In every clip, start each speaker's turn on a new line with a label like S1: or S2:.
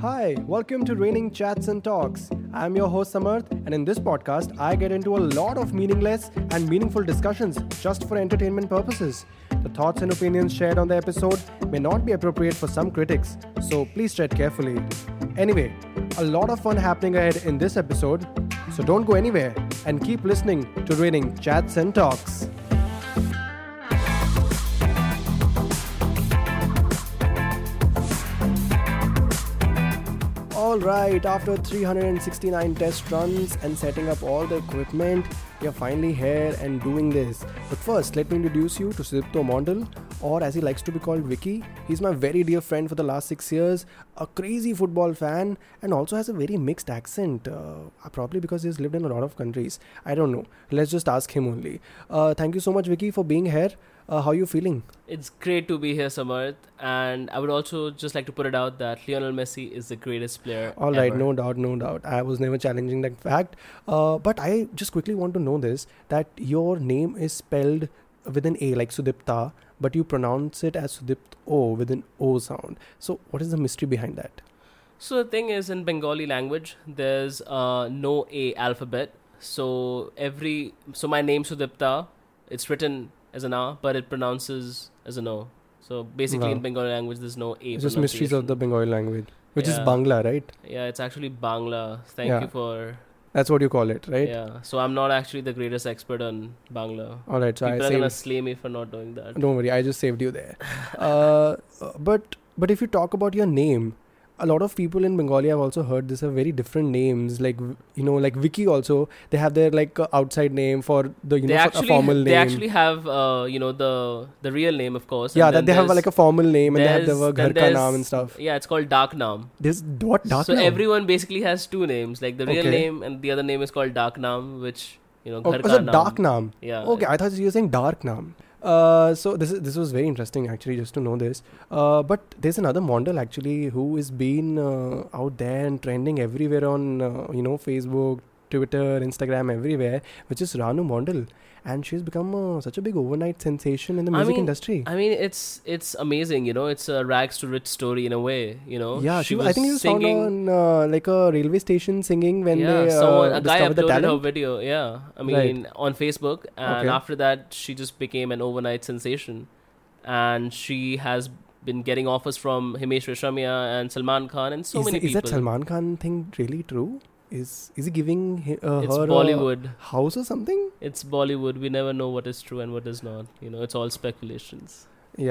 S1: Hi, welcome to Raining Chats and Talks. I'm your host Samarth, and in this podcast, I get into a lot of meaningless and meaningful discussions just for entertainment purposes. The thoughts and opinions shared on the episode may not be appropriate for some critics, so please tread carefully. Anyway, a lot of fun happening ahead in this episode, so don't go anywhere and keep listening to Raining Chats and Talks. All right, after 369 test runs and setting up all the equipment, we are finally here and doing this. But first, let me introduce you to Sudipto Mondal, or as he likes to be called, Vicky. He's my very dear friend for the last six years, a crazy football fan, and also has a very mixed accent, uh, probably because he's lived in a lot of countries. I don't know. Let's just ask him only. Uh, thank you so much, Vicky, for being here. Uh, how are you feeling?
S2: It's great to be here, Samarth. And I would also just like to put it out that Lionel Messi is the greatest player.
S1: All right,
S2: ever.
S1: no doubt, no doubt. I was never challenging that fact. Uh, but I just quickly want to know this that your name is spelled with an A, like Sudipta, but you pronounce it as Sudipt O with an O sound. So, what is the mystery behind that?
S2: So the thing is, in Bengali language, there's uh, no A alphabet. So every so my name Sudipta, it's written as an R, but it pronounces as an O. So basically, in
S1: Wow.
S2: Bengali language, there's no A.
S1: It's just mysteries of the
S2: pronunciation.
S1: Bengali language, which is
S2: Yeah.
S1: Bangla, right?
S2: yeah, it's actually Bangla. Thank
S1: Yeah.
S2: you for
S1: That's what you call it, right?
S2: yeah. So I'm not actually the greatest expert on Bangla.
S1: All right, so
S2: People
S1: I
S2: are gonna
S1: saved.
S2: slay me for not doing that.
S1: Don't worry, I just saved you there. uh, but but if you talk about your name, a lot of people in Bengali have also heard this have very different names. Like you know, like Vicky also they have their like uh, outside name for the you
S2: they
S1: know for
S2: actually
S1: a formal name.
S2: they actually have uh, you know the the real name of course.
S1: yeah, that they have like a formal name and they have their
S2: there's-
S1: ghar
S2: then
S1: ka
S2: there's-
S1: naam and stuff.
S2: yeah, it's called Dark Nam.
S1: This what dark
S2: so
S1: naam?
S2: everyone basically has two names, like the real
S1: Okay.
S2: name and the other name is called Dark Nam, which you know
S1: oh,
S2: ghar
S1: oh,
S2: ka
S1: so
S2: naam.
S1: dark naam.
S2: Yeah.
S1: Uh, Okay, I thought you were saying dark naam. Uh, so this is this was very interesting actually just to know this. Uh, but there's another model actually who is been uh, out there and trending everywhere on uh, you know Facebook, Twitter, Instagram, everywhere, which is Ranu Mondal, and she's become uh, such a big overnight sensation in the
S2: I
S1: music
S2: mean,
S1: industry.
S2: I mean, it's it's amazing, you know. It's a rags to rich story in a way, you know.
S1: yeah, she, was. I think you found
S2: singing.
S1: on uh, like a railway station singing when
S2: yeah,
S1: they uh,
S2: someone a guy
S1: discovered the
S2: uploaded her
S1: talent.
S2: video. Yeah, I
S1: Right.
S2: mean on Facebook, and
S1: Okay.
S2: after that, she just became an overnight sensation, and she has been getting offers from Himesh Reshamia and Salman Khan and so
S1: is,
S2: many
S1: is
S2: people.
S1: that Salman Khan thing really true? Is is he giving hi- uh,
S2: it's
S1: her a
S2: Bollywood.
S1: house or something?
S2: It's Bollywood. We never know what is true and what is not. You know, it's all speculations.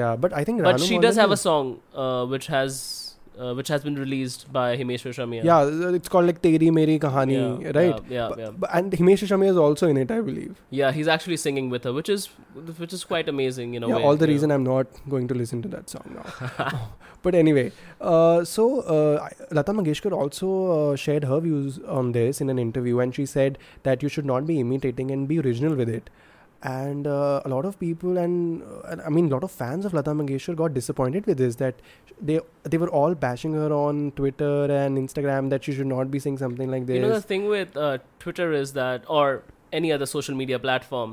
S1: Yeah, but I think
S2: But
S1: Ranu
S2: she does
S1: Mondal
S2: have a
S1: is-
S2: song uh, which has uh, which has been released by Himesh Reshamia.
S1: Yeah, it's called like Teri Meri Kahani,
S2: Yeah,
S1: right?
S2: Yeah,
S1: Bu-
S2: yeah, yeah.
S1: bu- and Himesh Shami is also in it, I believe.
S2: Yeah, he's actually singing with her, which is which is quite amazing in a
S1: yeah,
S2: way.
S1: all the
S2: yeah.
S1: reason I'm not going to listen to that song now. but anyway, uh, so uh, I- Lata Mangeshkar also uh, shared her views on this in an interview, and she said that you should not be imitating and be original with it. And uh, a lot of people, and uh, I mean, a lot of fans of Lata Mangeshkar got disappointed with this. That they they were all bashing her on Twitter and Instagram that she should not be saying something like this.
S2: You know the thing with uh, Twitter is that, or any other social media platform,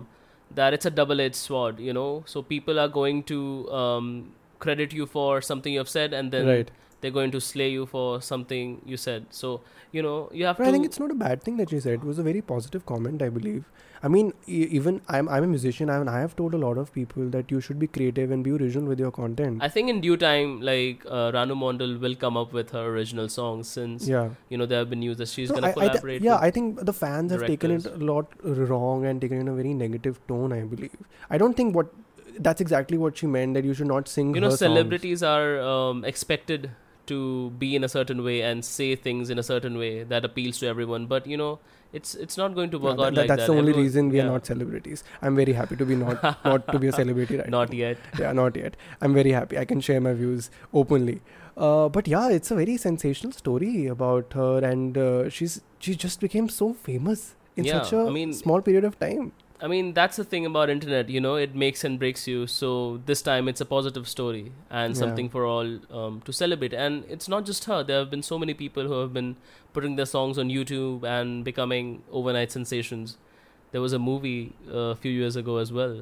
S2: that it's a double-edged sword. You know, so people are going to um, credit you for something you've said, and then
S1: right.
S2: they're going to slay you for something you said. So you know, you have
S1: But
S2: to.
S1: I think it's not a bad thing that she said. It was a very positive comment, I believe. I mean, e- even I'm I'm a musician, and I have told a lot of people that you should be creative and be original with your content.
S2: I think in due time, like uh, Ranu Mondal will come up with her original songs, since
S1: yeah.
S2: you know there have been news that she's
S1: No,
S2: gonna
S1: I- I thi-
S2: collaborate.
S1: yeah,
S2: with-
S1: I think the fans have taken it a lot wrong and taken it in a very negative tone. I believe. I don't think what that's exactly what she meant. That you should not sing.
S2: you know
S1: her songs.
S2: celebrities are um, expected to be in a certain way and say things in a certain way that appeals to everyone but you know it's it's not going to
S1: Yeah,
S2: work
S1: tha-
S2: out
S1: tha-
S2: like
S1: that's
S2: that
S1: the only
S2: Everyone-
S1: reason we
S2: yeah.
S1: are not celebrities. I'm very happy to be not not to be a celebrity right now.
S2: not yet
S1: yeah not yet i'm very happy i can share my views openly uh, but yeah it's a very sensational story about her and uh, she's she just became so famous in
S2: Yeah,
S1: such a
S2: I mean-
S1: small period of time
S2: i mean that's the thing about internet you know it makes and breaks you so this time it's a positive story and
S1: Yeah.
S2: something for all um, to celebrate and it's not just her there have been so many people who have been putting their songs on youtube and becoming overnight sensations there was a movie uh, a few years ago as well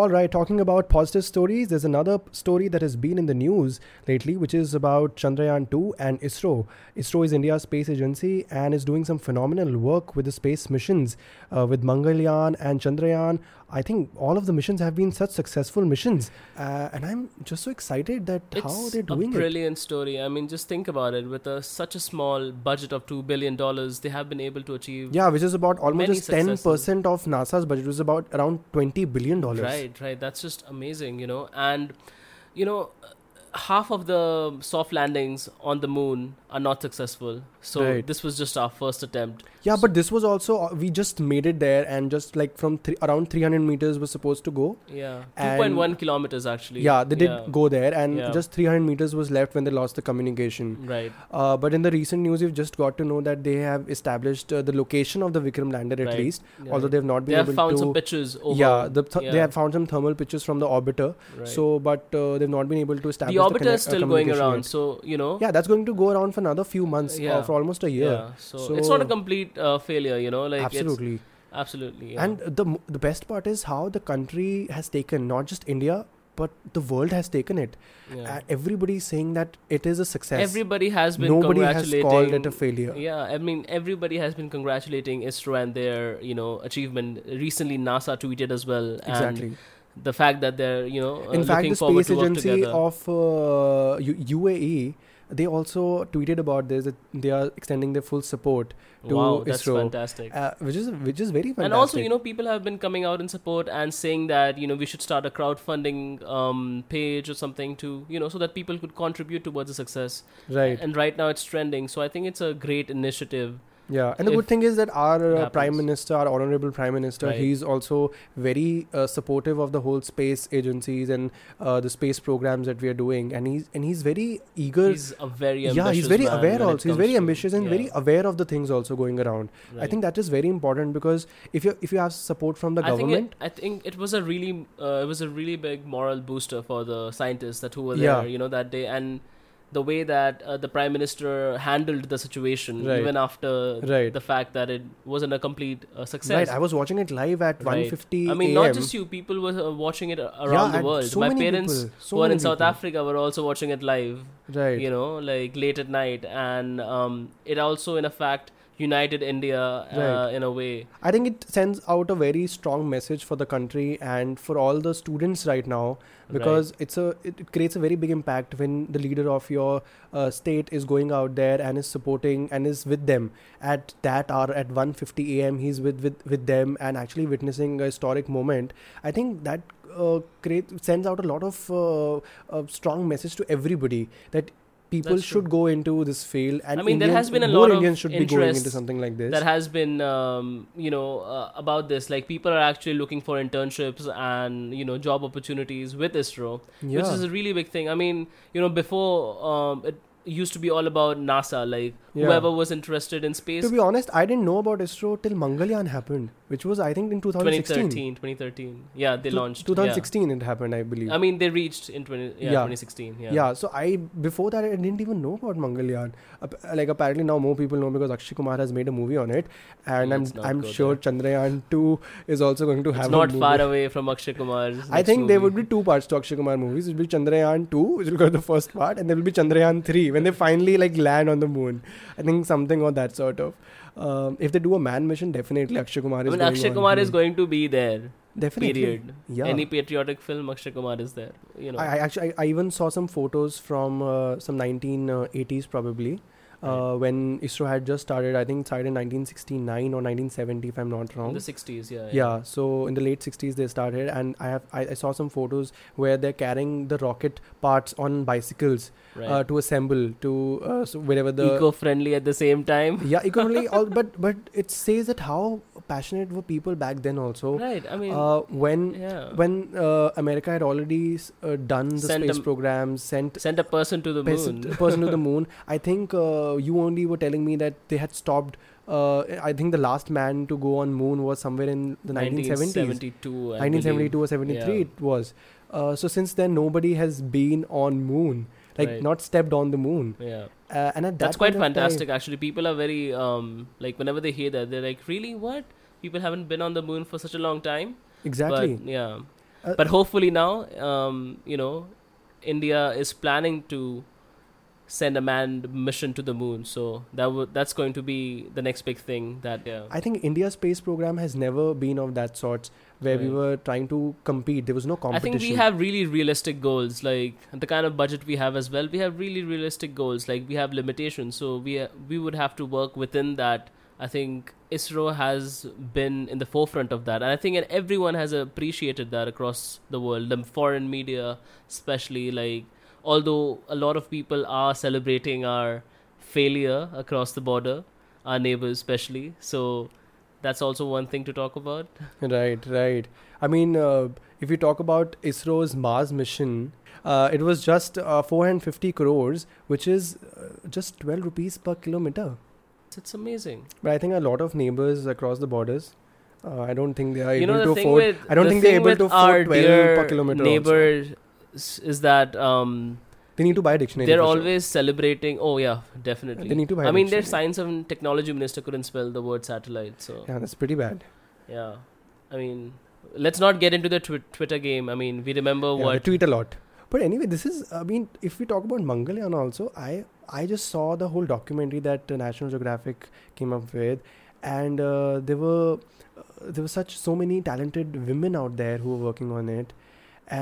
S1: All right, talking about positive stories, there's another p- story that has been in the news lately, which is about Chandrayaan 2 and ISRO. ISRO is India's space agency and is doing some phenomenal work with the space missions, uh, with Mangalyaan and Chandrayaan. I think all of the missions have been such successful missions, uh, and I'm just so excited that how
S2: It's
S1: they're doing
S2: a
S1: it.
S2: brilliant story. I mean, just think about it. With a, such a small budget of two billion dollars, they have been able to achieve.
S1: Yeah, which is about almost
S2: Many
S1: just ten percent of NASA's budget, which is about around twenty billion dollars.
S2: Right, right. That's just amazing, you know. And you know, half of the soft landings on the moon are not successful. So
S1: Right.
S2: this was just our first attempt.
S1: Yeah, but this was also uh, we just made it there, and just like from three, around three hundred meters was supposed to go.
S2: Yeah, two
S1: And-
S2: point one kilometers actually.
S1: Yeah, they did
S2: Yeah.
S1: go there, and
S2: Yeah.
S1: just three hundred meters was left when they lost the communication.
S2: Right,
S1: Uh, but in the recent news, we've just got to know that they have established uh, the location of the Vikram lander at
S2: Right.
S1: least,
S2: yeah.
S1: although they've not
S2: they
S1: been
S2: have
S1: able
S2: found
S1: to.
S2: some pictures. Over,
S1: yeah, the th- they
S2: yeah,
S1: have found some thermal pictures from the orbiter.
S2: right.
S1: So, but uh, they've not been able to
S2: the
S1: establish the,
S2: orbiter
S1: connect- uh,
S2: is still going
S1: communication
S2: around.
S1: yet.
S2: So you know.
S1: Yeah, that's going to go around for another few months,
S2: Yeah.
S1: uh, for almost a year.
S2: yeah, so, it's not a
S1: So-
S2: complete uh, failure, you know. Like it's-
S1: Absolutely.
S2: absolutely, yeah.
S1: And the m- the best part is how the country has taken not just India but the world has taken it.
S2: yeah.
S1: Uh, everybody is saying that it is a success.
S2: everybody has been
S1: Nobody has
S2: congratulating.
S1: called it a failure.
S2: Yeah, I mean, everybody has been congratulating ISRO and their, you know, achievement. Recently, NASA tweeted as well,
S1: Exactly.
S2: and the fact that they're, you know, uh,
S1: In fact,
S2: looking
S1: the
S2: forward
S1: space
S2: to work
S1: agency
S2: together.
S1: of uh, U- UAE they also tweeted about this that they are extending their full support, to
S2: wow, that's
S1: ISRO.
S2: fantastic.
S1: uh, which is which is very fantastic.
S2: And also, you know, people have been coming out in support and saying that you know we should start a crowdfunding um, page or something to you know so that people could contribute towards the success.
S1: right?
S2: And right now it's trending, so I think it's a great initiative.
S1: Yeah, and the good
S2: if
S1: thing is that our uh,
S2: happens.
S1: prime minister, our honorable prime minister,
S2: Right.
S1: he's also very uh, supportive of the whole space agencies and uh, the space programs that we are doing, and he's and he's very eager.
S2: He's a very ambitious
S1: yeah, he's very
S2: man when
S1: aware
S2: it
S1: also. He's
S2: comes
S1: very
S2: to-
S1: ambitious and
S2: yeah,
S1: very aware of the things also going around. I
S2: right.
S1: think that is very important because if you if you have support from the
S2: I
S1: government,
S2: Think it, I think it was a really uh, it was a really big moral booster for the scientists that who were there,
S1: Yeah.
S2: you know, that day and the way that uh, the prime minister handled the situation
S1: Right.
S2: even after
S1: Right.
S2: the fact that it wasn't a complete uh,
S1: right?
S2: success.
S1: I was watching it live at
S2: Right.
S1: 1:50
S2: I mean, not
S1: AM.
S2: just you. People were uh, watching it a-
S1: Yeah,
S2: around the
S1: and
S2: world.
S1: so
S2: My
S1: many
S2: parents
S1: people, so
S2: who are in
S1: many
S2: South
S1: people.
S2: Africa were also watching it live.
S1: right?
S2: You know, like late at night, and um, it also, in a fact, united India uh,
S1: Right.
S2: in a way.
S1: I think it sends out a very strong message for the country and for all the students right now because it's a it it creates a very big impact when the leader of your uh, state is going out there and is supporting and is with them at that hour at 1:50 a.m. he's with with with them and actually witnessing a historic moment I think that uh, create sends out a lot of uh, a strong message to everybody that people
S2: That's true.
S1: should go into this field and
S2: I mean, there
S1: Indians-
S2: has been a
S1: more
S2: lot of
S1: Indians should be going into
S2: interest
S1: something like this
S2: that has been um, you know uh, about this like people are actually looking for internships and you know job opportunities with isro which
S1: Yeah.
S2: is a really big thing i mean you know before um, it used to be all about nasa like
S1: Yeah.
S2: whoever was interested in space
S1: To be honest, I didn't know about ISRO till Mangalyaan happened, which was I think in 2016.
S2: 2013 2013 yeah they
S1: Two-
S2: launched
S1: 2016 it happened, I believe.
S2: yeah. i mean they reached in 20 yeah,
S1: Yeah.
S2: 2016 yeah
S1: yeah. so I before that I didn't even know about Mangalyaan. Ap- Like apparently now more people know because Akshay Kumar has made a movie on it, and
S2: Let's Mm,
S1: I'm
S2: not
S1: I'm
S2: go
S1: sure Chandrayaan 2 is also going to
S2: it's
S1: have. a
S2: not
S1: movie.
S2: far away from akshay kumar's
S1: I think there would be two parts to Akshay Kumar movies. It will be Chandrayaan 2, which will go the first part, and there will be Chandrayaan 3 when they finally like land on the moon. I think something or that sort of. Um, if they do a man mission, definitely Akshay Kumar
S2: I
S1: is.
S2: mean,
S1: going
S2: Akshay
S1: on
S2: Kumar
S1: moon.
S2: is going to be there.
S1: definitely.
S2: Period.
S1: Yeah.
S2: Any patriotic film, Akshay Kumar is there. You know.
S1: I, I actually I, I even saw some photos from uh, some 1980s probably uh,
S2: Right.
S1: when ISRO had just started. I think it started in 1969 or 1970 if I'm not
S2: in
S1: wrong.
S2: the 60s, yeah.
S1: yeah, so in the late 60s they started, and I have I, I saw some photos where they're carrying the rocket parts on bicycles
S2: Right.
S1: uh, to assemble to uh, so wherever the
S2: eco-friendly at the same time.
S1: yeah eco-friendly. all, but but it says that how passionate were people back then also
S2: Right. I mean,
S1: uh, when
S2: yeah.
S1: when uh, America had already s- uh, done the
S2: Sent
S1: space
S2: a-
S1: program, sent
S2: Send a person to the
S1: pers-
S2: moon.
S1: person to the moon, I think uh, you only were telling me that they had stopped. Uh, I think the last man to go on moon was somewhere in the 1970s,
S2: 1972. I
S1: 1972 or 73
S2: Yeah.
S1: it was. Uh, so since then, nobody has been on moon, like
S2: Right.
S1: not stepped on the moon.
S2: believe. Yeah.
S1: Uh, and at that
S2: That's quite
S1: point of time-
S2: fantastic, actually. People are very um like whenever they hear that, they're like, really what? People haven't been on the moon for such a long time.
S1: exactly.
S2: But yeah.
S1: Uh,
S2: but hopefully now, um, you know, India is planning to send a manned mission to the moon. So that w- that's going to be the next big thing. That yeah,
S1: I think India's space program has never been of that sort where we
S2: Right.
S1: were trying to compete. There was no
S2: I
S1: competition.
S2: think we have really realistic goals, like the kind of budget we have as well. We have really realistic goals, like we have limitations, so we we would have to work within that. I think ISRO has been in the forefront of that, and I think and everyone has appreciated that across the world, the foreign media especially. Like although a lot of people are celebrating our failure across the border, our neighbors especially, so that's also one thing to talk about.
S1: Right, right. I mean, uh, if you talk about ISRO's Mars mission, uh, it was just uh, 450 crores, which is uh, just 12 rupees per kilometer.
S2: It's amazing.
S1: But I think a lot of neighbors across the borders, uh, I don't think they are
S2: you
S1: able
S2: know the
S1: to
S2: thing
S1: afford.
S2: with
S1: I don't
S2: the
S1: think they're
S2: thing
S1: able
S2: with
S1: to
S2: our
S1: afford 12
S2: dear
S1: per kilometer. also.
S2: neighbors is that um
S1: They need to buy a dictionary.
S2: they're
S1: for sure.
S2: always celebrating oh yeah definitely
S1: They need to buy
S2: i mean
S1: it,
S2: their
S1: yeah.
S2: science and technology minister couldn't spell the word satellite so yeah,
S1: Yeah, that's pretty bad.
S2: i mean let's not get into the twi- twitter game i mean we remember
S1: Yeah, they
S2: what
S1: tweet a lot. But anyway, this is. I mean, if we talk about Mangalyaan also, I I just saw the whole documentary that uh, National Geographic came up with, and uh, there were uh, there were such so many talented women out there who were working on it,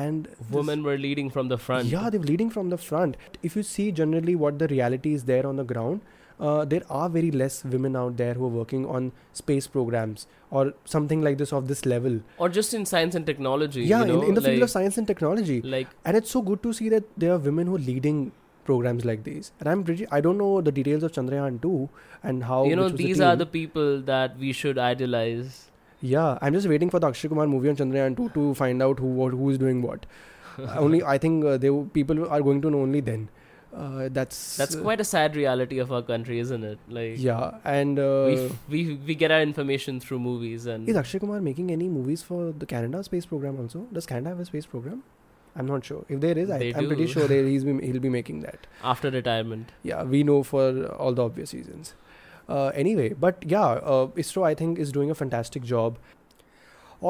S1: and this-
S2: women were leading from the front
S1: yeah, they were leading from the front. If you see generally what the reality is there on the ground, uh, there are very less women out there who are working on space programs or something like this of this level.
S2: or just in science and technology
S1: yeah,
S2: you know,
S1: in, in the
S2: like,
S1: field of science and technology
S2: like
S1: and it's so good to see that there are women who are leading programs like these and i'm pretty i don't know the details of chandrayaan 2 and how
S2: you know
S1: which was
S2: these are the
S1: team.
S2: people that we should idolize
S1: yeah i'm just waiting for the akshay kumar movie on chandrayaan 2 to find out who what who's doing what only i think uh, they will- people are going to know only then uh, that's
S2: that's
S1: uh,
S2: quite a sad reality of our country isn't it like
S1: yeah and uh,
S2: we, f- we we get our information through movies and
S1: is akshay kumar making any movies for the canada space program also does canada have a space program i'm not sure if there is I,
S2: They
S1: i'm
S2: do.
S1: pretty sure there he's been, he'll be making that
S2: after retirement
S1: yeah we know for all the obvious reasons uh, anyway but yeah uh, isro i think is doing a fantastic job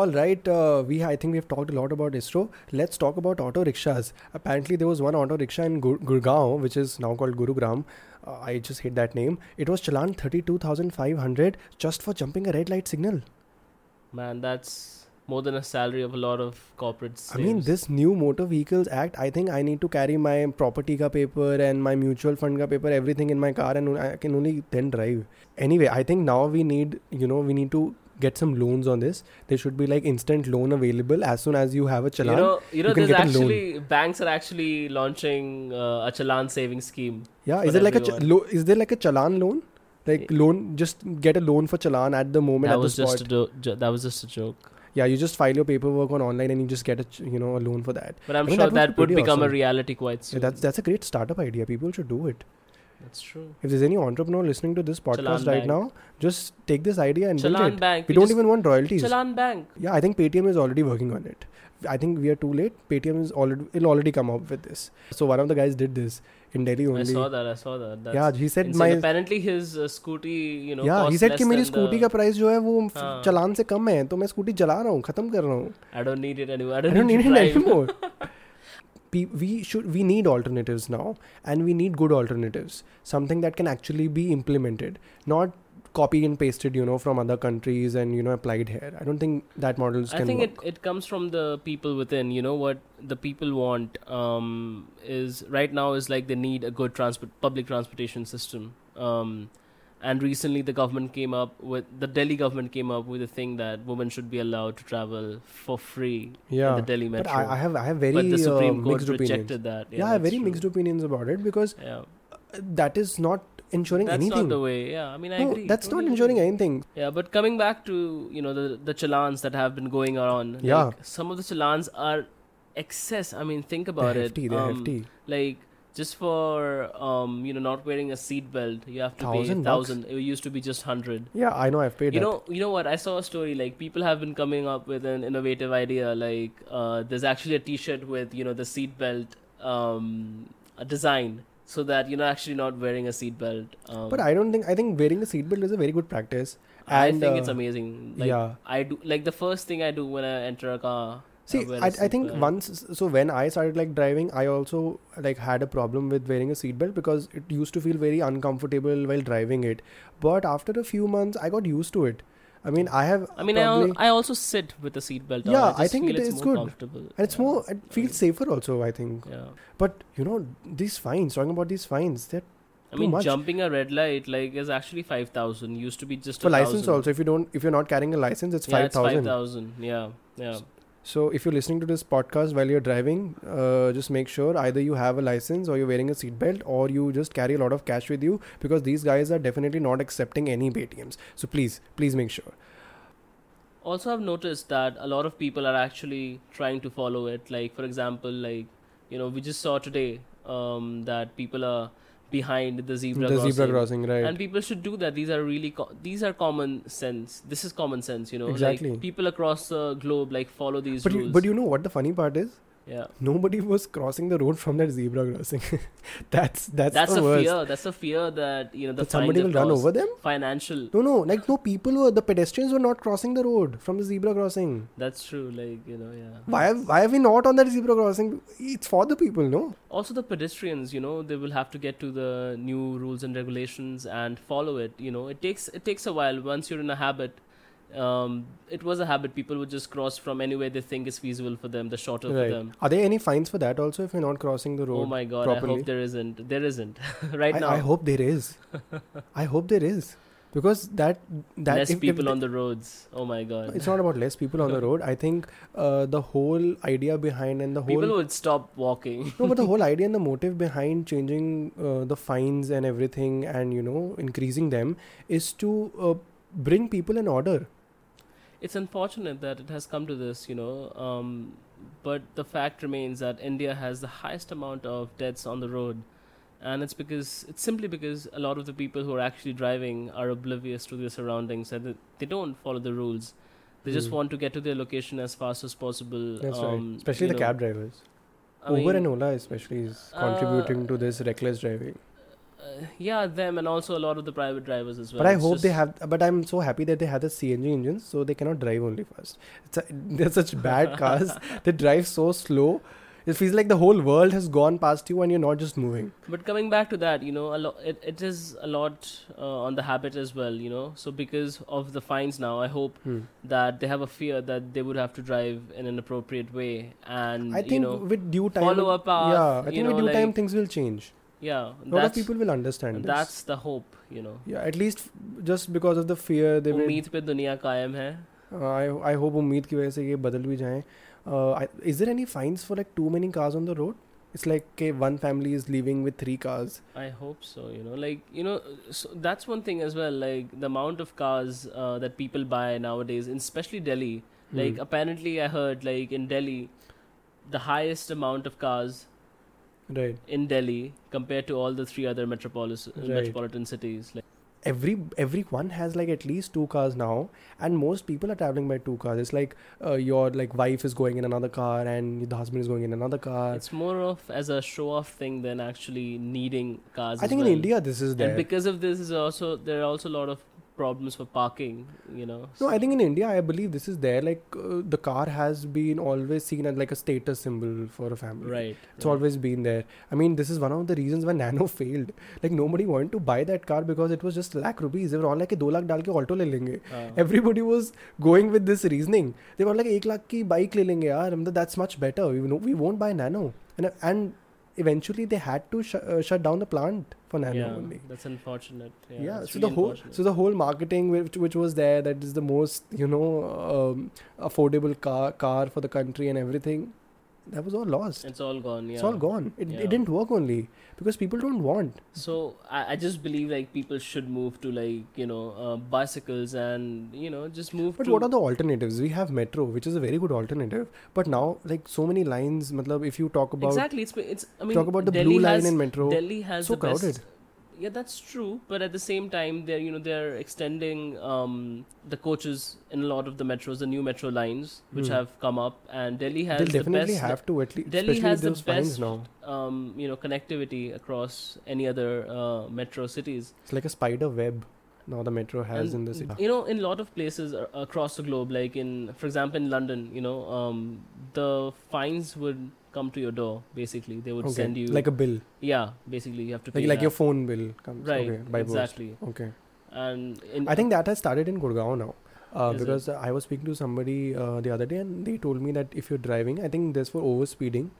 S1: all right uh, we i think we've talked a lot about isro let's talk about auto rickshaws apparently there was one auto rickshaw in Gur- gurgaon which is now called gurugram uh, i just hate that name it was chalan 32500 just for jumping a red light signal
S2: man that's more than a salary of a lot of corporates
S1: i mean this new motor vehicles act i think i need to carry my property ka paper and my mutual fund ka paper everything in my car and i can only then drive anyway i think now we need you know we need to get some loans on this there should be like instant loan available as soon as you have a
S2: you
S1: challan
S2: know you know
S1: can
S2: there's
S1: get a loan.
S2: actually banks are actually launching uh, a chalan saving scheme
S1: yeah
S2: for
S1: is there like a ch-
S2: everyone.
S1: lo- is there like a challan loan like loan just get a loan for challan at the moment
S2: that
S1: at the
S2: was
S1: spot
S2: just a do- jo- that was just a joke
S1: yeah you just file your paperwork on online and you just get a ch- you know a loan for that
S2: but i'm
S1: I mean,
S2: sure
S1: that would
S2: that,
S1: be
S2: would
S1: pretty
S2: become a
S1: awesome.
S2: reality quite soon
S1: yeah, that's that's a great startup idea people should do it
S2: That's true
S1: If there's any entrepreneur listening to this podcast
S2: Challan
S1: right
S2: Bank.
S1: now, just take this idea and build
S2: chalan
S1: it.
S2: bank
S1: We don't
S2: just-
S1: even want royalties.
S2: chalan bank
S1: Yeah, I think Paytm is already working on it. I think we are too late. Paytm is already it'll already come up with this. So one of the guys did this in Delhi only.
S2: i saw that i saw that that's
S1: yeah, he said
S2: insane.
S1: my
S2: apparently his uh, scooty you know
S1: yeah he
S2: costs
S1: said कि
S2: less
S1: मेरी
S2: than
S1: scooty
S2: the-
S1: का price जो है वो फ-
S2: हाँ.
S1: चालान से कम है तो मैं स्कूटी चला रहा हूँ खत्म कर रहा हूँ
S2: i don't need it anymore i
S1: I
S2: don't,
S1: don't
S2: need,
S1: need
S2: to
S1: it
S2: drive.
S1: anymore. Pe- we should we need alternatives now, and we need good alternatives. Something that can actually be implemented, not copy and pasted, you know, from other countries and you know applied here. I don't think that models
S2: I
S1: can
S2: think
S1: work.
S2: it, it comes from the people within. You know what the people want um, is right now is like they need a good transport public transportation system. Um, and recently, the government came up with the Delhi government came up with a thing that women should be allowed to travel for free in
S1: yeah,
S2: the Delhi
S1: but
S2: metro.
S1: I, I have I have very
S2: but the
S1: uh,
S2: Supreme Court
S1: mixed opinions.
S2: rejected that.
S1: Yeah,
S2: Yeah,
S1: I have
S2: that's
S1: very
S2: true.
S1: mixed opinions about it because
S2: Yeah,
S1: uh, that is not ensuring
S2: that's
S1: anything.
S2: not the way. Yeah, I mean, I
S1: no,
S2: agree.
S1: that's not
S2: Totally
S1: ensuring
S2: agree.
S1: anything.
S2: Yeah, but coming back to you know the the challans that have been going on.
S1: Yeah.
S2: like, some of the challans are excess. I mean, think about
S1: they're
S2: it.
S1: hefty. They're
S2: Um,
S1: hefty.
S2: Like just for um you know not wearing a seat belt, you have to pay
S1: Thousand bucks?
S2: thousand. It used to be just hundred.
S1: Yeah, I know. I've paid.
S2: You
S1: that.
S2: know, you know what? I saw a story like people have been coming up with an innovative idea. Like uh, there's actually a T-shirt with you know the seat belt um, a design so that you're not actually not wearing a seat belt. Um,
S1: But I don't think I think wearing a seatbelt is a very good practice.
S2: I
S1: And,
S2: think it's
S1: uh,
S2: amazing. Like
S1: yeah.
S2: I do like the first thing I do when I enter a car
S1: See,
S2: wear a
S1: I, I think
S2: seatbelt.
S1: once, so when I started like driving, I also like had a problem with wearing a seatbelt because it used to feel very uncomfortable while driving it. But after a few months, I got used to it. I mean, I have.
S2: I mean,
S1: probably-
S2: I, I also sit with a seatbelt on.
S1: Yeah,
S2: I,
S1: I
S2: just
S1: think
S2: feel
S1: it
S2: it's
S1: is
S2: more
S1: good.
S2: comfortable.
S1: and it's
S2: Yeah.
S1: more. It feels safer also, I think.
S2: Yeah.
S1: But you know, these fines. Talking about these fines, they're
S2: I
S1: Too
S2: mean,
S1: much.
S2: jumping a red light like is actually five thousand. Used to be just
S1: for
S2: a
S1: license
S2: thousand.
S1: also. If you don't, if you're not carrying a license, it's
S2: yeah,
S1: five
S2: it's five
S1: thousand.
S2: thousand. Yeah, yeah.
S1: So if you're listening to this podcast while you're driving, uh, just make sure either you have a license or you're wearing a seatbelt or you just carry a lot of cash with you because these guys are definitely not accepting any BTMs. So please, please make sure.
S2: Also, I've noticed that a lot of people are actually trying to follow it. Like, for example, like you know, we just saw today um, that people are behind the zebra
S1: the
S2: crossing.
S1: zebra crossing, right?
S2: And people should do that. These are really co- these are common sense. This is common sense, you know.
S1: Exactly.
S2: Like people across the globe like follow these
S1: but
S2: rules.
S1: you, but you know what the funny part is?
S2: yeah,
S1: Nobody was crossing the road from that zebra crossing. that's that's,
S2: that's
S1: the
S2: a
S1: worst.
S2: fear. That's a fear that you know the
S1: That somebody will
S2: fines
S1: run
S2: across-
S1: over them.
S2: Financial.
S1: No, no, like no people were the pedestrians were not crossing the road from the zebra crossing.
S2: That's true. Like you know, yeah.
S1: Why have, why are we not on that zebra crossing? It's for the people, no?
S2: also the pedestrians you know they will have to get to the new rules and regulations and follow it you know it takes it takes a while once you're in a habit um, it was a habit people would just cross from anywhere they think is feasible for them the shorter for them
S1: Are there any fines for that also if you're not crossing the road?
S2: oh my god i
S1: properly.
S2: hope there isn't there isn't right
S1: I,
S2: now
S1: I hope there is. I hope there is. Because that that
S2: less
S1: if- if
S2: people
S1: the-
S2: on the roads oh my god
S1: it's not about less people on the road. I think uh, the whole idea behind and the whole
S2: people would stop walking
S1: no, but the whole idea and the motive behind changing uh, the fines and everything and you know increasing them is to uh, bring people in order.
S2: it's unfortunate that it has come to this, you know. Um, but the fact remains that India has the highest amount of deaths on the road, and it's because it's simply because a lot of the people who are actually driving are oblivious to their surroundings and they- they don't follow the rules. They just
S1: Hmm.
S2: want to get to their location as fast as possible.
S1: That's
S2: um,
S1: right. Especially
S2: you
S1: the
S2: know.
S1: cab drivers.
S2: I
S1: Uber
S2: mean,
S1: and Ola especially is contributing
S2: uh,
S1: to this reckless driving.
S2: uh, yeah, them and also a lot of the private drivers as well.
S1: but I
S2: It's
S1: hope they
S2: just-
S1: have. But I'm so happy that they have the CNG engines, so they cannot drive only fast. It's a, they're such bad cars. they drive so slow. It feels like the whole world has gone past you and you're not just moving.
S2: But coming back to that, you know, a lot it, it is a lot uh, on the habit as well, you know. So because of the fines now, I hope that they have a fear that they would have to drive in an appropriate way and
S1: I think
S2: you know
S1: with due time,
S2: follow a path,
S1: yeah, I
S2: you
S1: think
S2: know,
S1: with due time
S2: like-
S1: things will change.
S2: yeah
S1: A lot of
S2: that's
S1: people will understand this.
S2: that's the hope you know
S1: Yeah, at least f- just because of the fear they will.
S2: उम्मीद पे दुनिया कायम है
S1: Uh, I I hope उम्मीद की वजह से ये बदल भी जाए. Uh, I, is there any fines for like too many cars on the road? It's like okay, one family is leaving with three cars.
S2: I hope so you know like you know so that's one thing as well like the amount of cars uh, that people buy nowadays and especially Delhi like
S1: Hmm.
S2: apparently I heard like in Delhi the highest amount of cars
S1: Hmm. right.
S2: in Delhi compared to all the three other metropolis-
S1: Right.
S2: metropolitan cities. Like,
S1: every everyone has like at least two cars now and most people are traveling by two cars it's like uh, your like wife is going in another car and the husband is going in another car
S2: it's more of as a show off thing than actually needing cars.
S1: i
S2: as
S1: think in
S2: well.
S1: india this is there
S2: and because of this is also there are also a lot of problems for parking. You know,
S1: no i think in india i believe this is there like uh, the car has been always seen as like a status symbol for a family
S2: right?
S1: it's
S2: right.
S1: always been there i mean this is one of the reasons why nano failed like nobody wanted to buy that car because it was just lakh rupees they were all like "Do lakh dal ke auto le lenge
S2: Uh,
S1: everybody was going with this reasoning they were like एक लाख की bike ले लेंगे यार मतलब that's much better we won't buy Nano and eventually they had to shut down the plant for Nano
S2: yeah,
S1: only
S2: that's unfortunate. Yeah,
S1: yeah
S2: that's
S1: so the
S2: really
S1: whole
S2: unfortunate.
S1: so the whole marketing which, which was there that is the most you know um, affordable car car for the country and everything that was all lost
S2: it's all gone. Yeah,
S1: it's all gone it,
S2: Yeah.
S1: it didn't work only because people don't want
S2: So I, I just believe like people should move to like you know uh, bicycles and you know just move.
S1: But
S2: to,
S1: what are the alternatives? We have metro, which is a very good alternative. But now, like so many lines, matlab, if you talk about
S2: exactly? It's it's. I mean,
S1: talk about the
S2: Delhi
S1: blue
S2: has,
S1: line in metro,
S2: Delhi has
S1: so
S2: the best-
S1: crowded.
S2: Yeah, that's true. But at the same time, they're you know they're extending um, the coaches in a lot of the metros, the new metro lines which
S1: Hmm.
S2: have come up, and Delhi has
S1: they'll
S2: the
S1: definitely
S2: best
S1: have to at least,
S2: Delhi
S1: especially
S2: has
S1: with
S2: the
S1: those fines
S2: best-
S1: now.
S2: um, you know connectivity across any other uh, metro cities.
S1: It's like a spider web. Now the metro has in the city.
S2: You know, in a lot of places a- across the globe, like in, for example, in London, you know, um, the fines would come to your door. Basically, they would
S1: okay.
S2: send you
S1: like a bill,
S2: yeah. Basically, you have to pay
S1: like, like
S2: that.
S1: your phone bill comes
S2: right
S1: okay, by post.
S2: exactly.
S1: Okay,
S2: And in,
S1: I think that has started in Gurgaon now. Uh,
S2: Is it?
S1: because I was speaking to somebody uh, the other day, and they told me that if you're driving, I think there's for over speeding.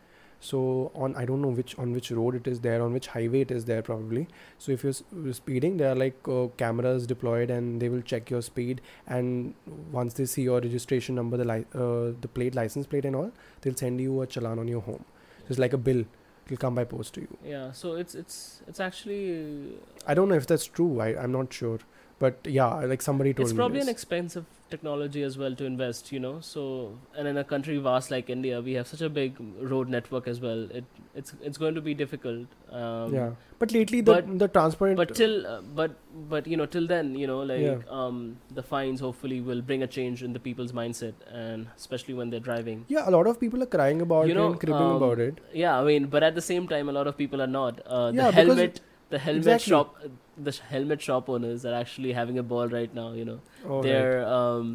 S1: So on, I don't know which on which road it is there, on which highway it is there probably. So if you're s- speeding, there are like uh, cameras deployed, and they will check your speed. And once they see your registration number, the li- uh, the plate, license plate, and all, they'll send you a challan on your home. So it's like a bill. It'll come by post to you.
S2: yeah. So it's it's it's actually
S1: I don't know if that's true. I I'm not sure, but yeah, like somebody told
S2: it's
S1: me.
S2: probably
S1: this.
S2: an expensive technology as well to invest you know so and in a country vast like india we have such a big road network as well it it's it's going to be difficult um,
S1: yeah, but lately the
S2: but-
S1: the transparent.
S2: but till uh, but but you know till then you know like
S1: Yeah.
S2: um the fines hopefully will bring a change in the people's mindset and especially when they're driving
S1: yeah, a lot of people are crying about
S2: You
S1: it
S2: know,
S1: and creeping
S2: um,
S1: about it.
S2: yeah i mean but at the same time a lot of people are not uh, the
S1: Yeah, because-
S2: helmet the helmet
S1: Exactly.
S2: shop the sh- helmet shop owners are actually having a ball right now you know
S1: All Oh, right.
S2: their um,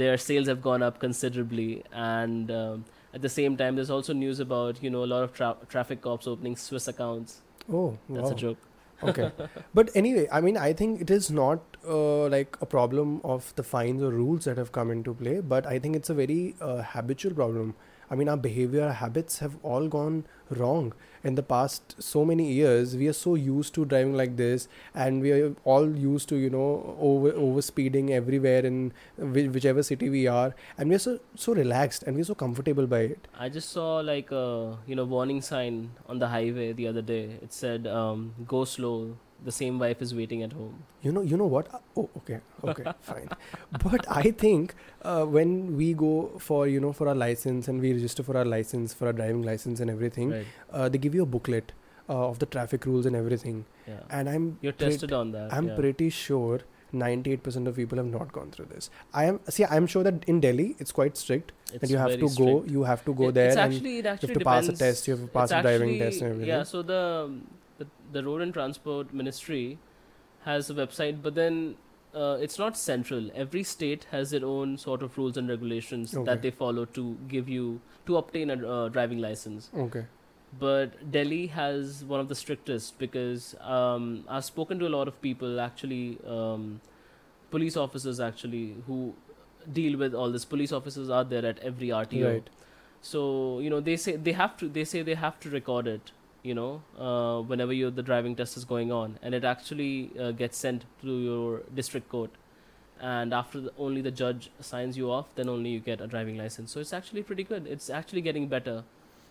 S2: their sales have gone up considerably, and um, at the same time, there's also news about you know a lot of tra- traffic cops opening Swiss accounts.
S1: Oh,
S2: That's
S1: wow.
S2: a joke.
S1: okay, but anyway, I mean, I think it is not uh, like a problem of the fines or rules that have come into play, but I think it's a very uh, habitual problem. I mean, our behavior, our habits have all gone wrong in the past so many years. We are so used to driving like this, and we are all used to you know over over speeding everywhere in whi- whichever city we are, and we are so so relaxed and we are so comfortable by it.
S2: I just saw like a you know warning sign on the highway the other day. It said, um, "Go slow. The same wife is waiting at home."
S1: you know you know what oh okay okay fine but i think uh, when we go for you know for our license and we register for our license for our driving license and everything
S2: Right?
S1: uh, they give you a booklet uh, of the traffic rules and everything
S2: Yeah.
S1: and i'm
S2: You're
S1: pret-
S2: tested on that.
S1: i'm
S2: yeah.
S1: pretty sure 98% of people have not gone through this i am see i'm sure that in delhi it's quite strict that
S2: It's
S1: you have
S2: very
S1: to go
S2: strict.
S1: you have to go
S2: It-
S1: there
S2: It's
S1: and
S2: actually, it actually
S1: to pass a
S2: depends-
S1: test, you have to
S2: it's
S1: pass a driving
S2: actually-
S1: test and everything.
S2: Yeah, so the, the the Road and Transport Ministry has a website, but then uh, it's not central. Every state has their own sort of rules and regulations
S1: Okay.
S2: that they follow to give you to obtain a uh, driving license.
S1: okay
S2: But Delhi has one of the strictest because um, I've spoken to a lot of people, actually, um, police officers actually who deal with all this. Police officers are there at every RTO
S1: right
S2: so you know they say they have to they say they have to record it you know uh, whenever you the driving test is going on and it actually uh, gets sent to your district court and after the, only the judge signs you off then only you get a driving license so it's actually pretty good it's actually getting better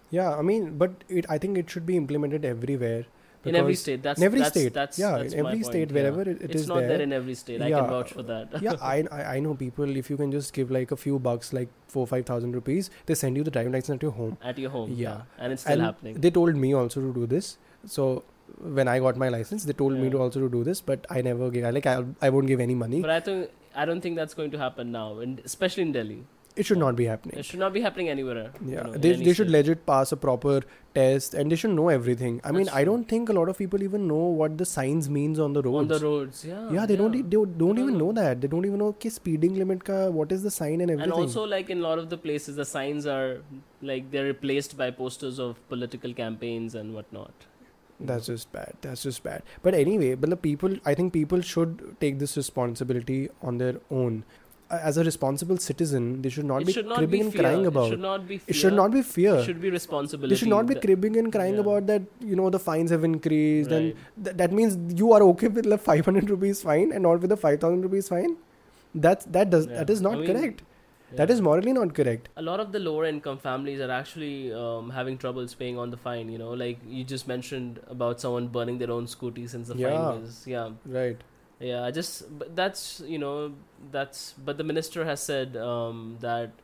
S1: yeah i mean but it i think it should be implemented everywhere
S2: in every
S1: because-
S2: state that's
S1: in every
S2: that's,
S1: state
S2: that's,
S1: yeah
S2: that's
S1: in
S2: my
S1: every
S2: point,
S1: state
S2: yeah.
S1: wherever it, it
S2: it's
S1: is
S2: not
S1: there,
S2: there in every state i
S1: Yeah,
S2: can vouch for that
S1: yeah I, I i know people if you can just give like a few bucks like four five thousand rupees they send you the driving license at your home
S2: at your home
S1: Yeah.
S2: and it's still
S1: And
S2: happening
S1: they told me also to do this so when i got my license they told me
S2: Yeah.
S1: to also to do this but i never gave I, like I, I won't give any money
S2: but i think i don't think that's going to happen now and especially in delhi
S1: it should
S2: yeah.
S1: not be happening
S2: it should not be happening anywhere you
S1: yeah
S2: know, in
S1: they,
S2: any
S1: they should
S2: state.
S1: legit pass a proper test and they should know everything i mean
S2: That's
S1: i
S2: true.
S1: don't think a lot of people even know what the signs means on the roads
S2: on the roads yeah
S1: yeah they don't e- they don't,
S2: don't
S1: even know
S2: know.
S1: that they don't even know okay speeding limit ka what is the sign and everything
S2: and also like in a lot of the places the signs are like they're replaced by posters of political campaigns and whatnot
S1: That's just bad. That's just bad. But anyway, but the people, I think people should take this responsibility on their own. A- As a responsible citizen, they should not
S2: it
S1: be
S2: should not
S1: cribbing
S2: be
S1: and
S2: fear.
S1: crying about.
S2: it should not be fear.
S1: it should not be fear.
S2: it should be responsibility
S1: they should not be
S2: Th-
S1: cribbing and crying
S2: Yeah.
S1: about that. You know the fines have increased, and
S2: Right.
S1: th- that means you are okay with the five hundred rupees fine and not with the five thousand rupees fine. That's that does that
S2: Yeah.
S1: is not
S2: I mean,
S1: correct. That
S2: yeah.
S1: is morally not correct.
S2: a lot of the lower income families are actually um, having troubles paying on the fine you know like you just mentioned about someone burning their own scooty since the
S1: Yeah.
S2: fine was yeah
S1: Right.
S2: Yeah, I just but that's you know that's but the minister has said um, that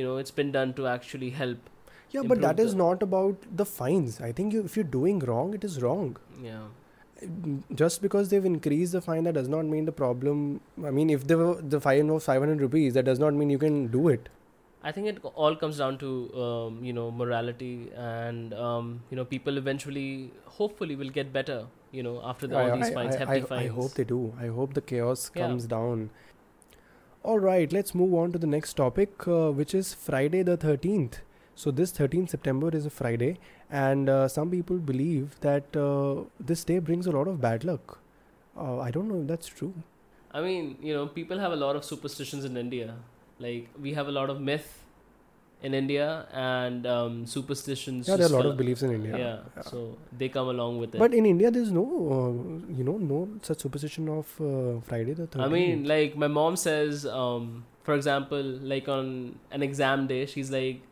S2: you know it's been done to actually help.
S1: Yeah, but that
S2: Improve
S1: is
S2: the-
S1: not about the fines. I think you, if you're doing wrong, it is wrong.
S2: Yeah,
S1: just because they've increased the fine that does not mean the problem i mean if the the fine was 500 rupees that does not mean you can do it
S2: I think it all comes down to um, you know morality, and um, you know people eventually, hopefully, will get better. You know after the, all
S1: I,
S2: these
S1: I-
S2: fines,
S1: I-
S2: hefty
S1: I- I
S2: fines.
S1: hope they do. I hope the chaos
S2: Yeah.
S1: comes down. All right, let's move on to the next topic, uh, which is Friday the 13th. So, this 13th September is a Friday, and uh, some people believe that uh, this day brings a lot of bad luck. Uh, I don't know if that's true.
S2: I mean, you know, people have a lot of superstitions in India. Like we have a lot of myth in India and um, superstitions.
S1: Yeah, there are a
S2: just
S1: lot
S2: fil-
S1: of beliefs in India.
S2: Yeah. so they come along with it.
S1: But in India, there's no, uh, you know, no such superstition of uh, Friday the 13th.
S2: I mean, like my mom says, um, for example, like on an exam day, she's like,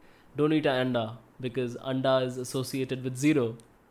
S2: "Don't eat an anda because anda is associated with zero,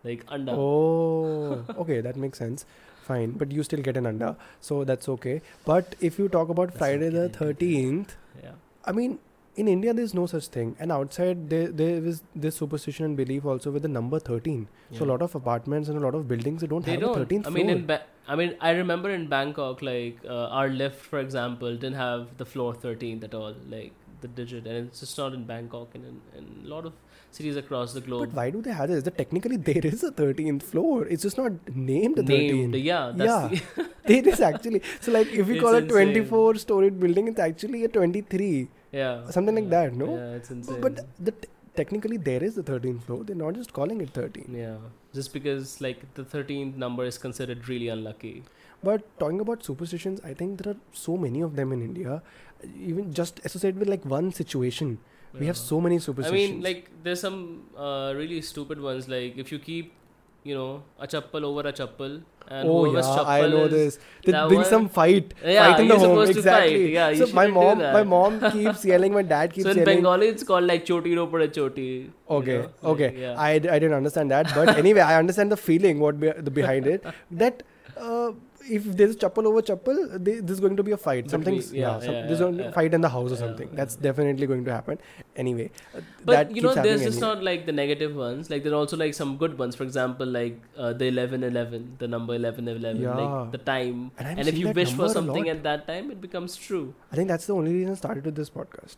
S2: like anda."
S1: Oh, okay, that makes sense. Fine, but you still get an under, so that's okay. But if you talk about
S2: That's
S1: Friday
S2: okay,
S1: the
S2: then, yeah.
S1: thirteenth,
S2: Yeah,
S1: I mean, in India there's no such thing, and outside there there is this superstition and belief also with the number thirteen. So a lot of apartments and a lot of buildings they don't
S2: they
S1: have a
S2: don't.
S1: thirteenth
S2: I mean,
S1: floor.
S2: in ba- I mean, I remember in Bangkok, like uh, our lift, for example, didn't have the floor thirteenth at all, like the digit, and it's just not in Bangkok and in, in a lot of cities across the globe.
S1: but why do they have this? That technically there is a thirteenth floor. It's just not named the
S2: Named,
S1: thirteenth.
S2: yeah, that's
S1: Yeah. There is actually so like if we
S2: It's
S1: call a
S2: insane.
S1: twenty-four storied building, it's actually a twenty-three.
S2: The, yeah,
S1: Something like
S2: yeah,
S1: that, no?
S2: Yeah, it's
S1: B-
S2: insane.
S1: But the t- technically there is a 13th floor. They're not just calling it 13.
S2: Yeah, just because like the thirteenth number is considered really unlucky.
S1: But talking about superstitions, I think there are so many of them in India. Even just associated with like one situation, we have
S2: Yeah.
S1: so many
S2: I
S1: superstitions.
S2: mean, like there's some uh, really stupid ones. Like if you keep, you know, a chappal over a chappal, and
S1: oh
S2: whoever's
S1: yeah,
S2: chappal
S1: I know
S2: is,
S1: this. They
S2: that
S1: bring
S2: one-
S1: some fight.
S2: Yeah,
S1: fight in the
S2: you're
S1: home.
S2: supposed to fight.
S1: exactly.
S2: Yeah, you
S1: so my
S2: shouldn't do
S1: mom,
S2: that.
S1: my mom keeps yelling. My dad keeps
S2: So in
S1: yelling.
S2: Bengali, it's called like choti ro pade choti. you
S1: Okay,
S2: know, like,
S1: okay.
S2: yeah.
S1: I, I didn't understand that, but anyway, I understand the feeling what be, the behind it. That uh, if there's chapel over chapel, they, this is going to be a fight.
S2: Between-
S1: Something's
S2: yeah,
S1: yeah, some,
S2: yeah,
S1: there's
S2: yeah,
S1: going to be a
S2: yeah.
S1: fight in the house or
S2: Yeah,
S1: something.
S2: yeah.
S1: That's definitely going to happen. Anyway, uh,
S2: but
S1: that
S2: you know,
S1: keeps
S2: there's
S1: happening
S2: just
S1: anyway.
S2: not like the negative ones. Like there are also like some good ones. For example, like uh, the eleven eleven, the number eleven eleven,
S1: Yeah.
S2: like the time.
S1: And I'm
S2: And, if
S1: seeing
S2: you
S1: that
S2: wish for
S1: number a
S2: something
S1: lot.
S2: at that time, it becomes true.
S1: I think that's the only reason I started with this podcast.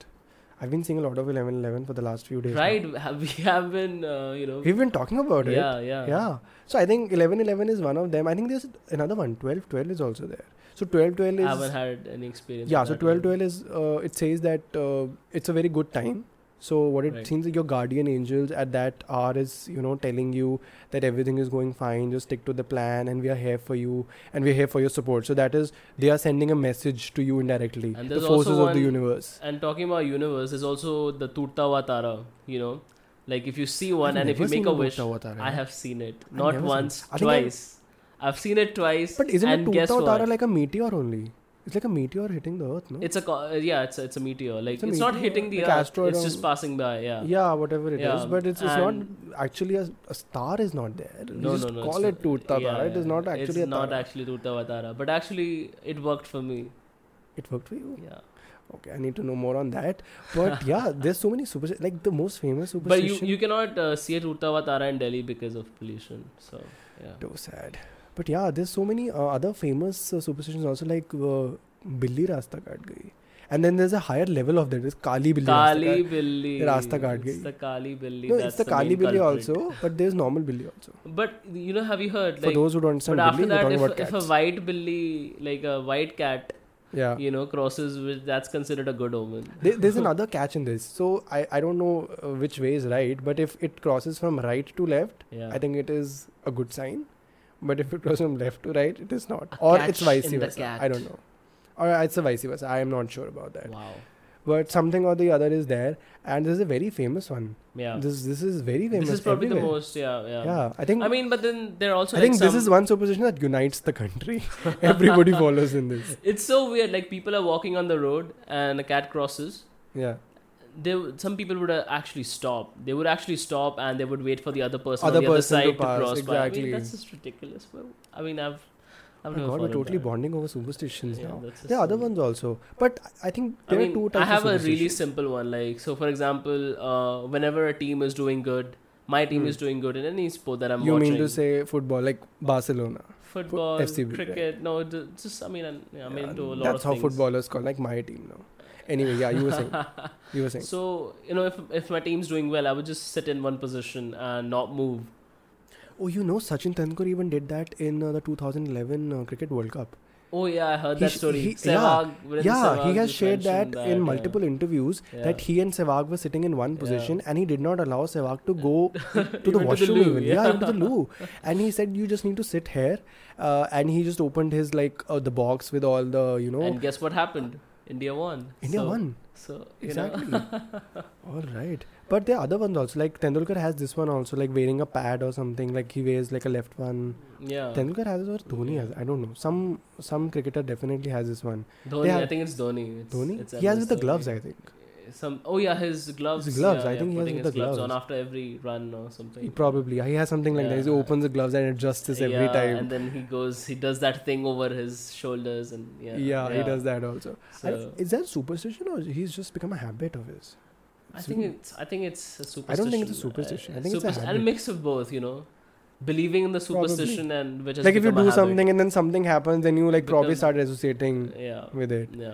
S1: I've been seeing a lot of 1111 for the last few days. now.
S2: Right? Have- We have been, uh, you know.
S1: We've been talking about it.
S2: yeah, yeah,
S1: Yeah. So I think 1111 is one of them. I think there's another one. 1212 is also there. So 1212
S2: I
S1: is.
S2: haven't had any experience.
S1: yeah
S2: with
S1: so
S2: that
S1: 12
S2: one.
S1: 12 is uh, it says that uh, it's a very good time so what it
S2: Right.
S1: seems like your guardian angels at that hour is you know telling you that everything is going fine just stick to the plan and we are here for you and we're here for your support so that is they are sending a message to you indirectly
S2: And
S1: the
S2: there's also
S1: forces of the
S2: one-
S1: universe
S2: And talking about universe, there's also the Turtawa Tara, you know. Like if you see one
S1: I've
S2: and if you
S1: never
S2: make
S1: seen
S2: a
S1: about
S2: wish,
S1: Tawatara.
S2: I have seen it.
S1: I've
S2: Not
S1: never seen
S2: once,
S1: it. I think I-
S2: twice. I've seen it twice.
S1: but isn't
S2: and
S1: it
S2: guess
S1: Tutta
S2: what?
S1: Tara like a meteor only it's like a meteor hitting the earth no
S2: It's a co- uh, yeah, it's a, it's a meteor. Like
S1: It's
S2: it's,
S1: a
S2: not
S1: meteor,
S2: hitting the
S1: like
S2: earth.
S1: asteroid
S2: It's
S1: or-
S2: just passing by. Yeah.
S1: yeah, whatever it is,
S2: Yeah,
S1: but it's, it's not
S2: and-
S1: actually a, a star is not there. We
S2: No,
S1: just
S2: no, no.
S1: call
S2: it's
S1: it Tutta Tara.
S2: yeah,
S1: It is
S2: yeah.
S1: not actually
S2: It's
S1: a
S2: not
S1: tara.
S2: actually Turtawa Tara, but actually it worked for me.
S1: It worked for you.
S2: Yeah.
S1: Okay, I need to know more on that. But yeah, there's so many super like the most famous
S2: But you
S1: superstition.
S2: you cannot uh, see a Turtawa Tara in Delhi because of pollution. So yeah.
S1: too sad. But yeah, there's so many uh, other famous uh, superstitions also like uh, Billi Rasta Kaat Gayi. And then there's a higher level of that. It's Kali Billi Rasta
S2: Kali
S1: Kaat.
S2: Billi.
S1: रास्ता काट
S2: It's
S1: गई।
S2: the Kali Billi.
S1: No,
S2: that's
S1: it's the Kali
S2: main
S1: Billi
S2: culprit.
S1: also, but there's normal Billi also.
S2: But you know, have you heard
S1: For
S2: like?
S1: those who don't understand
S2: but
S1: Billi,
S2: after
S1: we're talking
S2: that,
S1: about
S2: if, if a
S1: cats.
S2: white Billy, like a white cat,
S1: yeah.
S2: you know, crosses, with, that's considered a good omen.
S1: There, there's another catch in this. So I, I don't know uh, which way is right, but if it crosses from right to left,
S2: Yeah.
S1: I think it is a good sign. But if it goes from left to right, it is not. or it's
S2: catch
S1: vice
S2: in the
S1: versa.
S2: cat.
S1: I don't know. Or uh, it's a vice versa. I am not sure about that.
S2: Wow.
S1: But something or the other is there. And this is a very famous one.
S2: Yeah. This,
S1: This this is very famous.
S2: is probably the
S1: everywhere.
S2: most. Yeah. Yeah.
S1: Yeah. I think
S2: I mean, but then there are also.
S1: I
S2: like
S1: think this
S2: some-
S1: is one superstition that unites the country. Everybody follows in this.
S2: It's so weird. Like people are walking on the road and a cat crosses.
S1: Yeah.
S2: They would- some people would uh, actually stop. They would actually stop and they would wait for the other person
S1: Other
S2: on the other
S1: person to
S2: side to,
S1: pass,
S2: cross by. I
S1: exactly.
S2: mean, that's just ridiculous. Well, I mean, I've. I've
S1: Oh my
S2: never
S1: God, we're
S2: followed
S1: totally
S2: that.
S1: bonding over superstitions
S2: Yeah,
S1: now.
S2: that's just
S1: There are other
S2: so-
S1: ones also. But I I think
S2: I
S1: there
S2: mean,
S1: are two
S2: I
S1: types
S2: have
S1: of
S2: a really
S1: superstitions.
S2: simple one. Like, so for example, uh, whenever a team is doing good, my team
S1: Hmm.
S2: is doing good in any sport that I'm
S1: you
S2: watching.
S1: mean to say football, like Barcelona.
S2: football,
S1: FCB, right?
S2: cricket? No, d- just I mean, I'm, I'm
S1: Yeah,
S2: into a lot
S1: that's
S2: of
S1: how
S2: things.
S1: footballers call like my team now Anyway, yeah, you were saying. You were saying.
S2: So you know, if if my team's doing well, I would just sit in one position and not move.
S1: oh, you know, Sachin Tendulkar even did that in uh, the 2011 uh, Cricket World Cup.
S2: Oh yeah, I heard
S1: He
S2: that
S1: sh-
S2: story.
S1: he-
S2: Sehwag, Virendra
S1: yeah,
S2: Sehwag
S1: he has
S2: just
S1: shared that,
S2: mentioned
S1: in
S2: yeah.
S1: multiple interviews
S2: Yeah.
S1: that he and Sehwag were sitting in one position and he did not allow Sehwag to go to
S2: Even to
S1: the
S2: the
S1: washroom
S2: loo,
S1: even.
S2: yeah.
S1: Yeah, even to the loo. And he said, "You just need to sit here." Uh, and he just opened his like uh, the box with all the you know
S2: And guess what happened? India won.
S1: India
S2: so,
S1: won
S2: So you know,
S1: exactly. all right, but there are other ones also. Like Tendulkar has this one also, like wearing a pad or something. Like he wears like a left one.
S2: Uh, yeah.
S1: Tendulkar has it or Dhoni has. it? I don't know. Some some cricketer definitely has this one.
S2: Dhoni,
S1: have-
S2: I think it's Dhoni. It's,
S1: Dhoni.
S2: It's
S1: he has
S2: MS
S1: with the
S2: Dhoni.
S1: gloves, I think.
S2: Some oh yeah, his gloves.
S1: His gloves,
S2: yeah,
S1: I
S2: yeah,
S1: think he has
S2: putting
S1: with
S2: his
S1: the
S2: gloves,
S1: gloves.
S2: on after every run or something.
S1: He probably he has something like that. He
S2: Yeah.
S1: opens the gloves and adjusts this every
S2: yeah,
S1: time.
S2: and then he goes, he does that thing over his shoulders, and yeah,
S1: Yeah, he does that also. I-
S2: So,
S1: is that superstition or he's just become a habit of his?
S2: I, think it's, I think it's a superstition.
S1: I don't think it's a superstition. I think it's a
S2: supersti- and
S1: habit.
S2: mix of both, you know, believing in the
S1: Probably.
S2: superstition and which has
S1: like if you
S2: become a
S1: do
S2: habit.
S1: something and then something happens, then you like probably
S2: Become-
S1: start associating
S2: yeah,
S1: with it.
S2: yeah,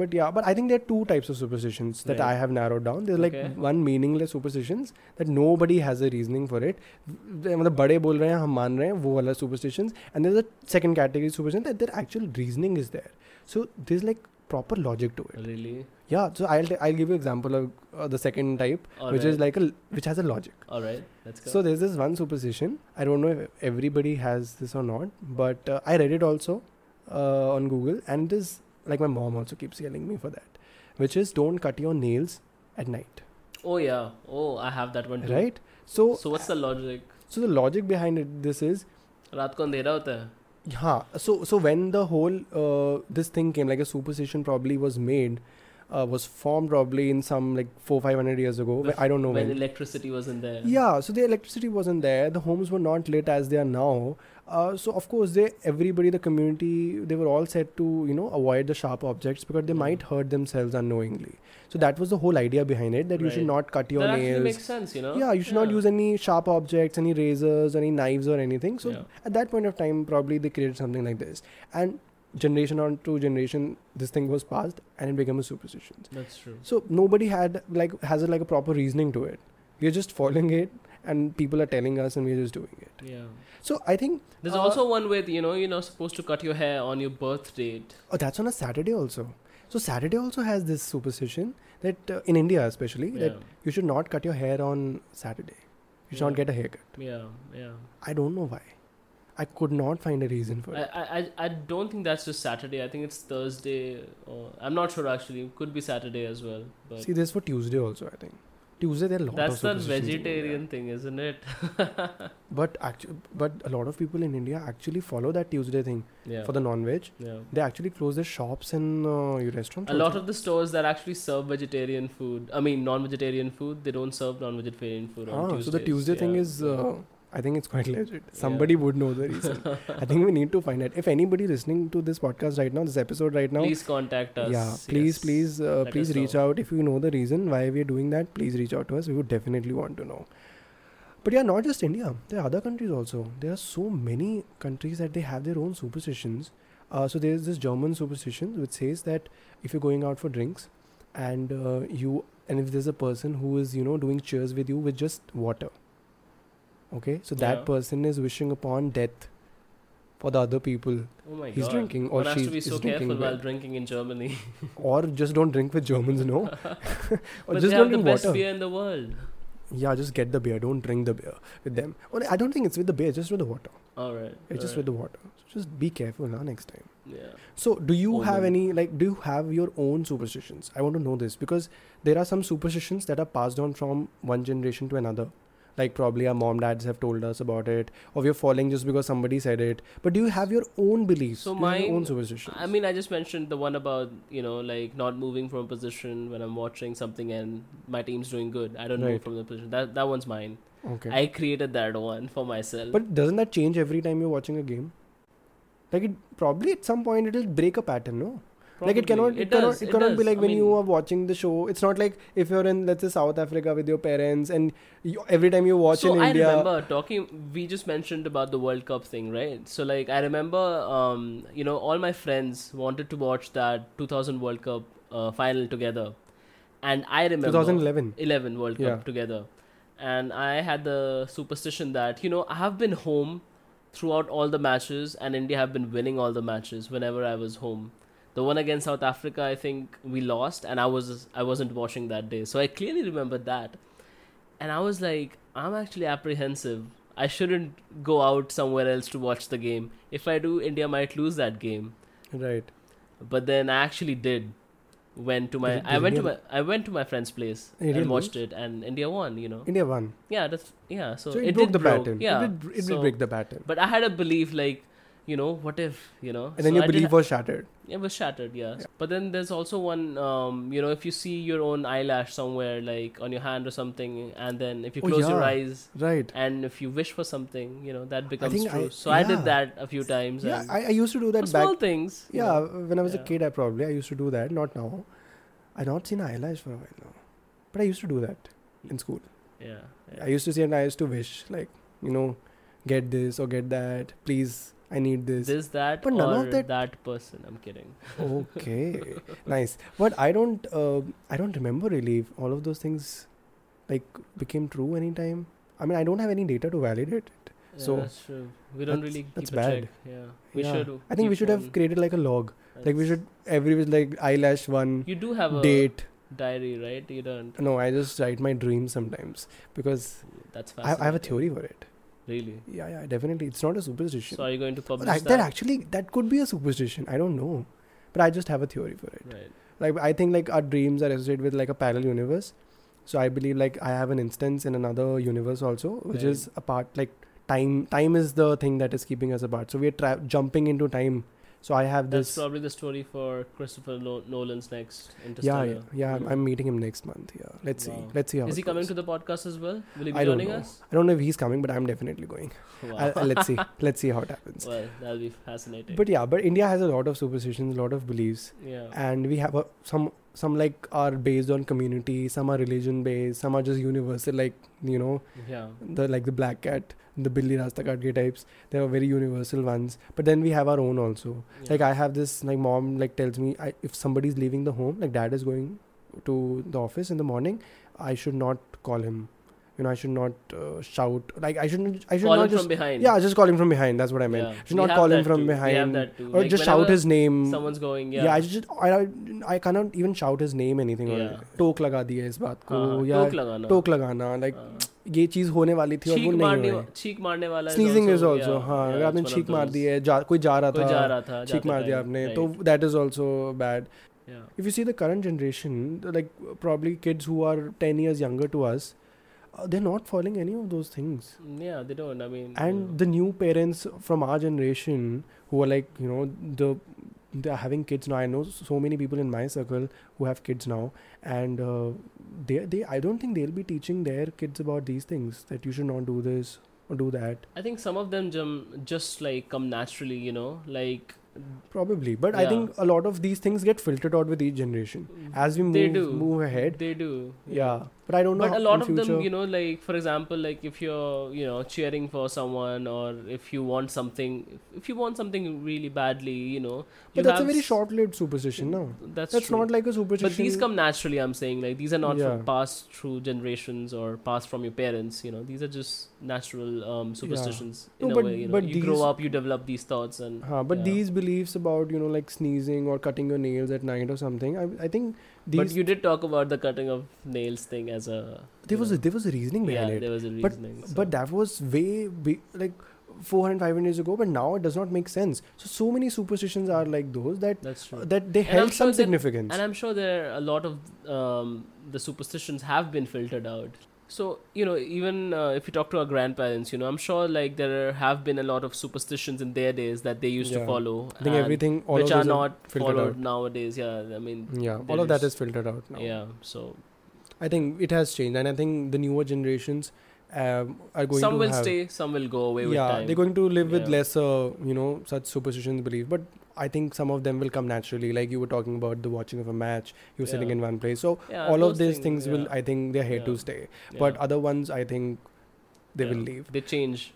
S1: But yeah, but I think there are two types of superstitions that
S2: Right.
S1: I have narrowed down. There's like
S2: Okay.
S1: one meaningless superstitions that nobody has a reasoning for it. They- मतलब बड़े बोल रहे हैं हम मान रहे हैं वो वाला superstitions and there's a second category superstition that their actual reasoning is there. So there's like proper logic to it.
S2: really.
S1: Yeah, so I'll t- I'll give you example of uh, the second type,
S2: All
S1: which is
S2: right.
S1: like a which has a logic.
S2: all right. Let's go.
S1: So there's this one superstition. I don't know if everybody has this or not, but uh, I read it also uh, on Google, and it is like my mom also keeps yelling me for that, which is don't cut your nails at night,
S2: oh yeah, oh I have that one too.
S1: right? So,
S2: So what's the logic?
S1: so the logic behind it, this is.
S2: रात को अंधेरा होता है
S1: Yeah, so so when the whole uh, this thing came, like a superstition probably was made, uh, was formed probably in some like four five hundred years ago.
S2: Bef-
S1: Oh, I don't know
S2: when
S1: when.
S2: electricity wasn't there.
S1: yeah so the electricity wasn't there the homes were not lit as they are now uh, so of course they everybody the community they were all said to you know avoid the sharp objects because they
S2: Mm.
S1: might hurt themselves unknowingly so that was the whole idea behind it that you should
S2: Right.
S1: not cut your
S2: that actually
S1: nails
S2: makes sense, you know.
S1: yeah you should not use any sharp objects any razors any knives or anything so
S2: Yeah.
S1: at that point of time probably they created something like this and generation on to generation this thing was passed and it became a superstition
S2: That's true.
S1: so nobody had like has a, like a proper reasoning to it. We're just following it, and people are telling us, and we're just doing it.
S2: Yeah.
S1: So I think
S2: There's
S1: Uh,
S2: also one with you know you're not supposed to cut your hair on your birth date.
S1: oh, that's on a Saturday also. So Saturday also has this superstition that uh, in India especially that
S2: Yeah.
S1: you should not cut your hair on Saturday. You should not
S2: Yeah.
S1: get a haircut.
S2: Yeah, yeah.
S1: I don't know why. I could not find a reason for
S2: I,
S1: it.
S2: I, I- I don't think that's just Saturday. I think it's Thursday. Or I'm not sure actually. Could be Saturday as well. Uh, But
S1: See, this for Tuesday also. I think Tuesday there are a lot
S2: that's
S1: of
S2: the
S1: superstitions in India.
S2: vegetarian thing, isn't it?
S1: But actually, but a lot of people in India actually follow that Tuesday thing
S2: yeah.
S1: for the non-veg.
S2: yeah.
S1: They actually close their shops and uh, your restaurants.
S2: A lot
S1: also.
S2: of the stores that actually serve vegetarian food, I mean non-vegetarian food, they don't serve non-vegetarian food on
S1: Ah,
S2: Tuesdays.
S1: so the Tuesday thing
S2: Yeah,
S1: is,
S2: yeah.
S1: uh, I think it's quite legit. Somebody would know the reason. I think we need to find out. If anybody listening to this podcast right now, this episode right now,
S2: please contact us.
S1: yeah, please,
S2: yes.
S1: please, uh,
S2: Let
S1: please
S2: us
S1: reach
S2: know.
S1: out. If you know the reason why we are doing that, please reach out to us. We would definitely want to know. But yeah, not just India. There are other countries also. There are so many countries that they have their own superstitions. Uh, so there's this German superstition which says that if you're going out for drinks, and uh, you and if there's a person who is you know doing cheers with you with just water, okay, so that
S2: Yeah.
S1: person is wishing upon death for the other people,
S2: Oh my
S1: He's
S2: God.
S1: drinking or
S2: One has
S1: she
S2: to be
S1: is
S2: so
S1: drinking
S2: careful
S1: well.
S2: while drinking in Germany.
S1: or just don't drink with Germans, no, or
S2: but
S1: just don't
S2: they have the
S1: drink
S2: best
S1: water.
S2: beer in the world.
S1: Yeah, just get the beer. Don't drink the beer with them. Or I don't think it's with the beer, it's just with the water.
S2: All right.
S1: It's just with the water. So just be careful now next time.
S2: yeah.
S1: So, do you
S2: Oh,
S1: have
S2: no.
S1: any, like, do you have your own superstitions? I want to know this because there are some superstitions that are passed on from one generation to another. Like, probably our mom, dads have told us about it, or we're following just because somebody said it. But do you have your own beliefs?
S2: So
S1: do you have your
S2: mine-
S1: own superstitions.
S2: I mean, I just mentioned the one about you know like not moving from a position when I'm watching something and my team's doing good. I don't move
S1: Right.
S2: from the position. That that one's mine.
S1: okay.
S2: I created that one for myself.
S1: But doesn't that change every time you're watching a game? Like it probably at some point it'll break a pattern, no? Like it cannot,
S2: Probably.
S1: it, cannot,
S2: does,
S1: it cannot be
S2: does.
S1: like
S2: I
S1: when
S2: mean,
S1: you are watching the show. It's not like if you're in let's say South Africa with your parents and you, every time you watch
S2: so
S1: in
S2: I
S1: India.
S2: remember talking. We just mentioned about the World Cup thing, right? So like I remember, um, you know, all my friends wanted to watch that 2000 World Cup uh, final together, and I remember
S1: 2011.
S2: 11 World Cup
S1: Yeah.
S2: together. And I had the superstition that, you know, I have been home throughout all the matches, and India have been winning all the matches whenever I was home. The one against South Africa, I think we lost, and I was I wasn't watching that day, so I clearly remember that. And I was like, I'm actually apprehensive. I shouldn't go out somewhere else to watch the game. If I do, India might lose that game
S1: Right.
S2: but then I actually did went to my
S1: Did-
S2: I
S1: did
S2: went to my
S1: India-
S2: I went to my friend's place
S1: India
S2: and watched
S1: lose?
S2: it and India won you know
S1: India won.
S2: yeah that's yeah so,
S1: So, it, broke
S2: did
S1: the
S2: broke,
S1: pattern.
S2: yeah
S1: It did, it
S2: so-
S1: did break the pattern.
S2: but I had a belief like you know what if you know
S1: And then
S2: So
S1: your
S2: I did
S1: belief was shattered.
S2: it was shattered, yeah. But then there's also one, um, you know, if you see your own eyelash somewhere, like on your hand or something, and then if you
S1: Oh,
S2: close your
S1: yeah.
S2: eyes
S1: Right.
S2: and if you wish for something, you know, that becomes
S1: think I-
S2: true. so I did
S1: yeah.
S2: that a few times.
S1: Yeah,
S2: and
S1: I, I used to do
S2: for
S1: that back.
S2: small things. you
S1: Yeah,
S2: know.
S1: when I was
S2: Yeah.
S1: a kid, I probably I used to do that. Not now. I've not seen eyelash for a while now, but I used to do that in school.
S2: yeah, yeah.
S1: I used to see and I used to wish like you know, get this or get that. Please, I need this.
S2: this that
S1: But
S2: or
S1: none of
S2: that...
S1: that-
S2: person i'm kidding
S1: okay, nice. But I don't uh, I don't remember really if all of those things like became true anytime. I mean, I don't have any data to validate it.
S2: Yeah,
S1: So,
S2: that's true we don't
S1: that's-
S2: really keep
S1: that's
S2: a
S1: bad.
S2: check yeah we
S1: Yeah.
S2: should
S1: I think we
S2: keep
S1: should have
S2: one.
S1: created like a log. Like we
S2: That's-
S1: should every like eyelash one
S2: you do have a
S1: date.
S2: diary right you don't
S1: No, I just write my dreams sometimes because I,
S2: that's fascinating.
S1: I have a theory for it.
S2: really
S1: Yeah, yeah, definitely. It's not a superstition.
S2: so are you going to
S1: But
S2: publish
S1: that,
S2: that,
S1: that actually that could be a superstition. I don't know, but I just have a theory for it.
S2: right
S1: Like I think like our dreams are associated with like a parallel universe. So I believe like I have an instance in another universe also, which
S2: Right.
S1: is apart. Like time, time is the thing that is keeping us apart. So we are tra- jumping into time. So I have
S2: that's
S1: this.
S2: probably the story for christopher Lo- nolan's next
S1: yeah,
S2: interstellar
S1: yeah, yeah. I'm,
S2: know.
S1: I'm meeting him next month. Yeah, let's see,
S2: Wow.
S1: let's see how.
S2: is
S1: it
S2: he coming
S1: goes.
S2: to the podcast as well will he be
S1: I don't
S2: joining
S1: know.
S2: us
S1: I don't know if he's coming, but I'm definitely going.
S2: wow.
S1: I'll, I'll- let's see. Let's see how it happens.
S2: well that'll be fascinating
S1: But yeah, but India has a lot of superstitions, a lot of beliefs,
S2: yeah
S1: and we have a, some some like are based on community, some are religion based, some are just universal. Like you know
S2: yeah
S1: the like the black cat, the Billy Rastakatke types. They are very universal ones. But then we have our own also.
S2: yeah.
S1: Like I have this. Like mom like tells me I, if somebody's leaving the home, like dad is going to the office in the morning, I should not call him. You know I should not uh, shout. Like I shouldn't. I should
S2: Call
S1: not
S2: him
S1: just
S2: from behind
S1: yeah, just call him from behind. That's what I meant.
S2: yeah.
S1: Should
S2: We
S1: not
S2: have
S1: call him
S2: that
S1: from
S2: too. We have
S1: behind,
S2: that too.
S1: or
S2: Like,
S1: just
S2: whenever
S1: shout his name.
S2: someone's going yeah,
S1: yeah. I just I, I I cannot even shout his name anything or
S2: Yeah.
S1: टोक लगा दी है इस बात को
S2: हाँ, हाँ,
S1: या
S2: टोक लगाना
S1: टोक लगाना लाइक
S2: हाँ।
S1: ये चीज होने वाली थी और वो
S2: छींक
S1: नहीं
S2: मारने
S1: हुई
S2: छींक मारने वाला is
S1: sneezing
S2: also-
S1: is also
S2: yeah,
S1: हाँ
S2: yeah,
S1: अगर आपने
S2: it's one
S1: छींक
S2: of
S1: मार
S2: those.
S1: दी है जा, कोई जा रहा
S2: कोई जा
S1: था
S2: रहा था
S1: छींक
S2: जाते
S1: मार दिया
S2: time,
S1: आपने
S2: right.
S1: तो that is also bad
S2: Yeah,
S1: if you see the current generation, like probably kids who are 10 years younger to us, uh, they're not following any of those things.
S2: Mm, yeah, they don't. I mean, uh, you know,
S1: And the new parents from our generation who are like, you know, the they're having kids now. I know so many people in my circle who have kids now, and uh, they they I don't think they'll be teaching their kids about these things that you should not do this or do that.
S2: I think some of them jum, just like come naturally, you know, like
S1: Probably, but I
S2: Yeah.
S1: think a lot of these things get filtered out with each generation as we
S2: They
S1: move
S2: do.
S1: move ahead.
S2: they do.
S1: Yeah, but I don't know.
S2: But a
S1: how-
S2: lot
S1: in
S2: of
S1: future-
S2: them, you know, like for example, like if you're, you know, cheering for someone, or if you want something, if you want something really badly, you know, you
S1: But that's a
S2: have
S1: very
S2: s-
S1: short-lived superstition, no?
S2: That's
S1: That's
S2: true.
S1: not like a superstition.
S2: but these come naturally i'm saying like these are not
S1: Yeah.
S2: from passed through generations or passed from your parents you know these are just natural um, superstitions
S1: No,
S2: in a
S1: but-
S2: way you know
S1: but
S2: you grow
S1: these-
S2: up you develop these thoughts and
S1: Huh, but
S2: yeah.
S1: these beliefs about you know like sneezing or cutting your nails at night or something, I, I think these
S2: but you did talk about the cutting of nails thing as a
S1: there
S2: you
S1: was
S2: know,
S1: a, there was a reasoning
S2: yeah
S1: behind it.
S2: there was a reasoning so-
S1: But that was way be, like 400 500 years ago. But now it does not make sense. So so many superstitions are like those that
S2: that's true
S1: that they
S2: And I'm
S1: held
S2: sure
S1: some
S2: that-
S1: significance.
S2: And I'm sure there are a lot of um, the superstitions have been filtered out. So you know, even uh, if you talk to our grandparents, you know, I'm sure like there are, have been a lot of superstitions in their days that they used to
S1: Yeah.
S2: follow,
S1: I think
S2: and
S1: everything all
S2: which
S1: of
S2: are
S1: those
S2: not
S1: filtered
S2: followed
S1: out.
S2: nowadays. Yeah, I mean,
S1: Yeah,
S2: they
S1: all of that
S2: just-
S1: is filtered out now.
S2: yeah. So
S1: I think it has changed, and I think the newer generations um, are going
S2: some
S1: to
S2: will
S1: have,
S2: stay, some will go away with
S1: yeah,
S2: time.
S1: they're going to live with
S2: Yeah.
S1: lesser, you know, such superstitions belief. But I think some of them will come naturally. Like you were talking about the watching of a match, you were sitting
S2: Yeah.
S1: in one place. So
S2: yeah,
S1: all of
S2: those
S1: these things, will,
S2: yeah,
S1: I think, they're here to
S2: Yeah.
S1: stay.
S2: yeah,
S1: But other ones, I think, they
S2: yeah.
S1: will leave.
S2: They change.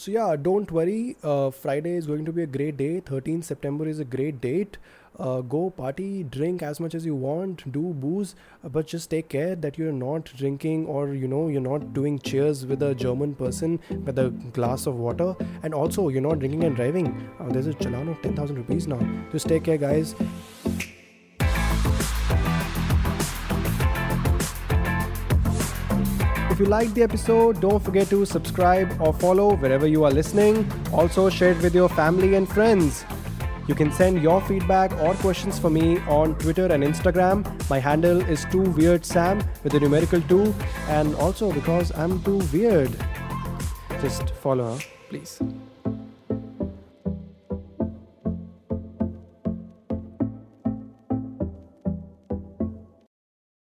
S1: So yeah, don't worry. Uh, Friday is going to be a great day. 13th September is a great date. Uh, go party, drink as much as you want, do booze, uh, but just take care that you're not drinking or you know you're not doing cheers with a German person with a glass of water. And also you're not drinking and driving. Uh, there's a challan of 10,000 rupees now. Just take care, guys. If you liked the episode, don't forget to subscribe or follow wherever you are listening. Also, share it with your family and friends. You can send your feedback or questions for me on Twitter and Instagram. My handle is 2WeirdSam with the numerical 2, and also because I'm too weird. Just follow, please.